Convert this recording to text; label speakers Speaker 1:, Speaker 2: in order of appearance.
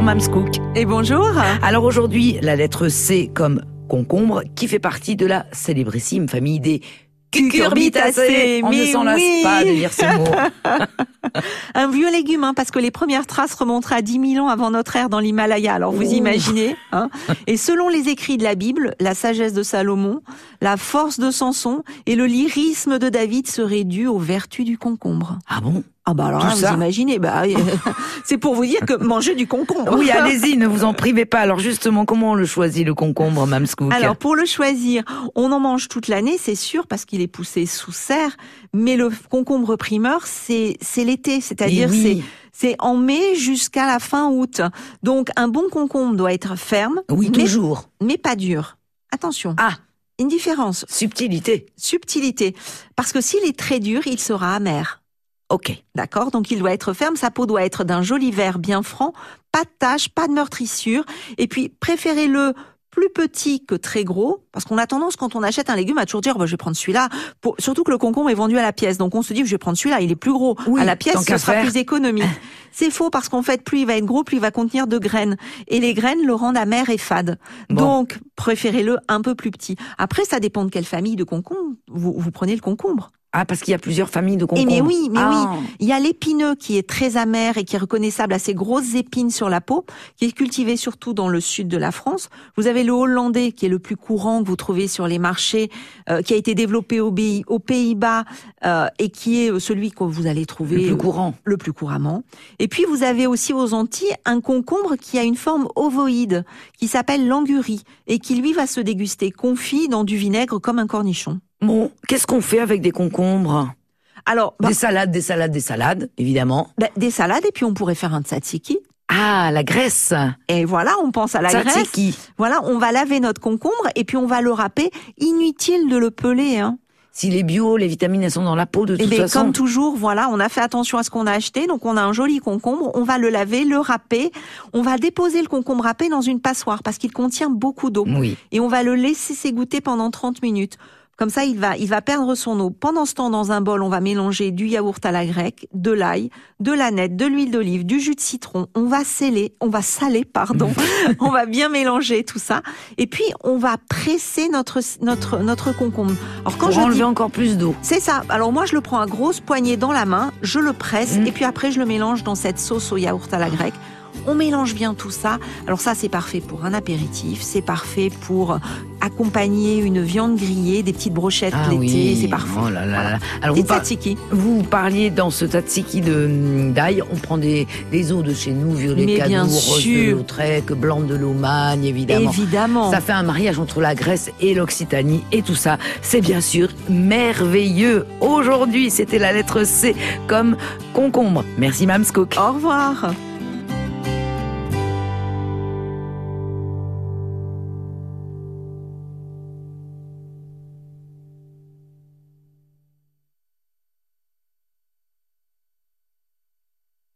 Speaker 1: Mamscook.
Speaker 2: Et bonjour.
Speaker 1: Alors aujourd'hui, la lettre C comme concombre, qui fait partie de la célébrissime famille des cucurbitacées. On ne
Speaker 2: mais
Speaker 1: s'en lasse
Speaker 2: oui.
Speaker 1: pas de lire ce mot.
Speaker 2: Un vieux légume, hein, parce que les premières traces remonteraient à 10 000 ans avant notre ère dans l'Himalaya. Alors vous
Speaker 1: Ouh.
Speaker 2: imaginez. hein. et selon les écrits de la Bible, la sagesse de Salomon, la force de Samson et le lyrisme de David seraient dus aux vertus du concombre.
Speaker 1: Ah bon
Speaker 2: Ah bah alors
Speaker 1: Tout
Speaker 2: là,
Speaker 1: ça.
Speaker 2: vous imaginez, bah, euh, c'est pour vous dire que manger du concombre.
Speaker 1: Oui, allez-y, ne vous en privez pas. Alors justement, comment on le choisit le concombre, Eh Mamscook
Speaker 2: Alors pour le choisir, on en mange toute l'année, c'est sûr, parce qu'il est poussé sous serre. Mais le concombre primeur, c'est c'est l'été, c'est-à-dire
Speaker 1: Eh oui.
Speaker 2: c'est c'est en mai jusqu'à la fin août. Donc un bon concombre doit être ferme,
Speaker 1: Oui,
Speaker 2: mais-
Speaker 1: toujours.
Speaker 2: mais pas dur. Attention.
Speaker 1: Ah.
Speaker 2: Une différence,
Speaker 1: Subtilité.
Speaker 2: subtilité, parce que s'il est très dur, il sera amer.
Speaker 1: Ok.
Speaker 2: D'accord Donc il doit être ferme, sa peau doit être d'un joli vert bien franc, pas de taches, pas de meurtrissure. Et puis préférez-le plus petit que très gros, parce qu'on a tendance quand on achète un légume à toujours dire bah, je vais prendre celui-là, Pour- surtout que le concombre est vendu à la pièce, donc on se dit je vais prendre celui-là, il est plus gros,
Speaker 1: Oui,
Speaker 2: à la
Speaker 1: tant
Speaker 2: pièce ce
Speaker 1: qu'à
Speaker 2: sera
Speaker 1: faire.
Speaker 2: plus économique. C'est faux parce qu'en fait plus il va être gros, plus il va contenir de graines, et les graines le rendent amer et fade.
Speaker 1: Bon.
Speaker 2: Donc préférez-le un peu plus petit. Après ça dépend de quelle famille de concombre vous, vous prenez le concombre.
Speaker 1: Ah, parce qu'il y a plusieurs familles de
Speaker 2: Eh
Speaker 1: concombres.
Speaker 2: mais oui, mais
Speaker 1: Ah.
Speaker 2: oui. Il y a l'épineux qui est très amer et qui est reconnaissable à ses grosses épines sur la peau, qui est cultivé surtout dans le sud de la France. Vous avez le hollandais qui est le plus courant que vous trouvez sur les marchés, euh, qui a été développé au pays- aux Pays-Bas euh, et qui est celui que vous allez trouver
Speaker 1: Le plus
Speaker 2: euh,
Speaker 1: courant.
Speaker 2: le plus couramment. Et puis vous avez aussi aux Antilles un concombre qui a une forme ovoïde, qui s'appelle l'angurie et qui lui va se déguster confit dans du vinaigre comme un cornichon.
Speaker 1: Bon, qu'est-ce qu'on fait avec des concombres
Speaker 2: Alors, bah,
Speaker 1: Des salades, des salades, des salades, évidemment.
Speaker 2: bah, des salades et puis on pourrait faire un tzatziki.
Speaker 1: Ah, la Grèce.
Speaker 2: Et voilà, on pense à la graisse.
Speaker 1: Tzatziki.
Speaker 2: Voilà, on va laver notre concombre et puis on va le râper. Inutile de le peler. Hein.
Speaker 1: S'il est bio, les vitamines, elles sont dans la peau de
Speaker 2: Et
Speaker 1: toute
Speaker 2: bien,
Speaker 1: façon.
Speaker 2: comme toujours, voilà, on a fait attention à ce qu'on a acheté. Donc, on a un joli concombre. On va le laver, le râper. On va déposer le concombre râpé dans une passoire parce qu'il contient beaucoup d'eau.
Speaker 1: Oui.
Speaker 2: Et on va le laisser s'égoutter pendant 30 minutes. Comme ça, il va, il va perdre son eau. Pendant ce temps, dans un bol, on va mélanger du yaourt à la grecque, de l'ail, de la nette, de l'huile d'olive, du jus de citron. On va sceller, on va saler, pardon. on va bien mélanger tout ça. Et puis, on va presser notre, notre, notre concombre. Alors, quand
Speaker 1: Pour
Speaker 2: je
Speaker 1: enlever
Speaker 2: dis,
Speaker 1: encore plus d'eau.
Speaker 2: c'est ça. Alors, moi, je le prends à grosse poignée dans la main, je le presse,
Speaker 1: Mm.
Speaker 2: et puis après, je le mélange dans cette sauce au yaourt à la grecque. On mélange bien tout ça. Alors ça, c'est parfait pour un apéritif, c'est parfait pour accompagner une viande grillée, des petites brochettes
Speaker 1: Ah
Speaker 2: l'été,
Speaker 1: oui.
Speaker 2: c'est parfait.
Speaker 1: Oh là là
Speaker 2: Voilà.
Speaker 1: là. Alors
Speaker 2: Des
Speaker 1: vous, par-
Speaker 2: tzatziki.
Speaker 1: vous parliez dans ce tatsiki de d'ail, on prend des, des eaux de chez nous, violet
Speaker 2: Mais bien
Speaker 1: cadour, rose de
Speaker 2: sûr.
Speaker 1: Lautrec, blanc de l'Aumagne, évidemment.
Speaker 2: Évidemment.
Speaker 1: Ça fait un mariage entre la Grèce et l'Occitanie et tout ça, c'est bien sûr merveilleux. Aujourd'hui, c'était la lettre C comme concombre. Merci Mamscook.
Speaker 2: Au revoir.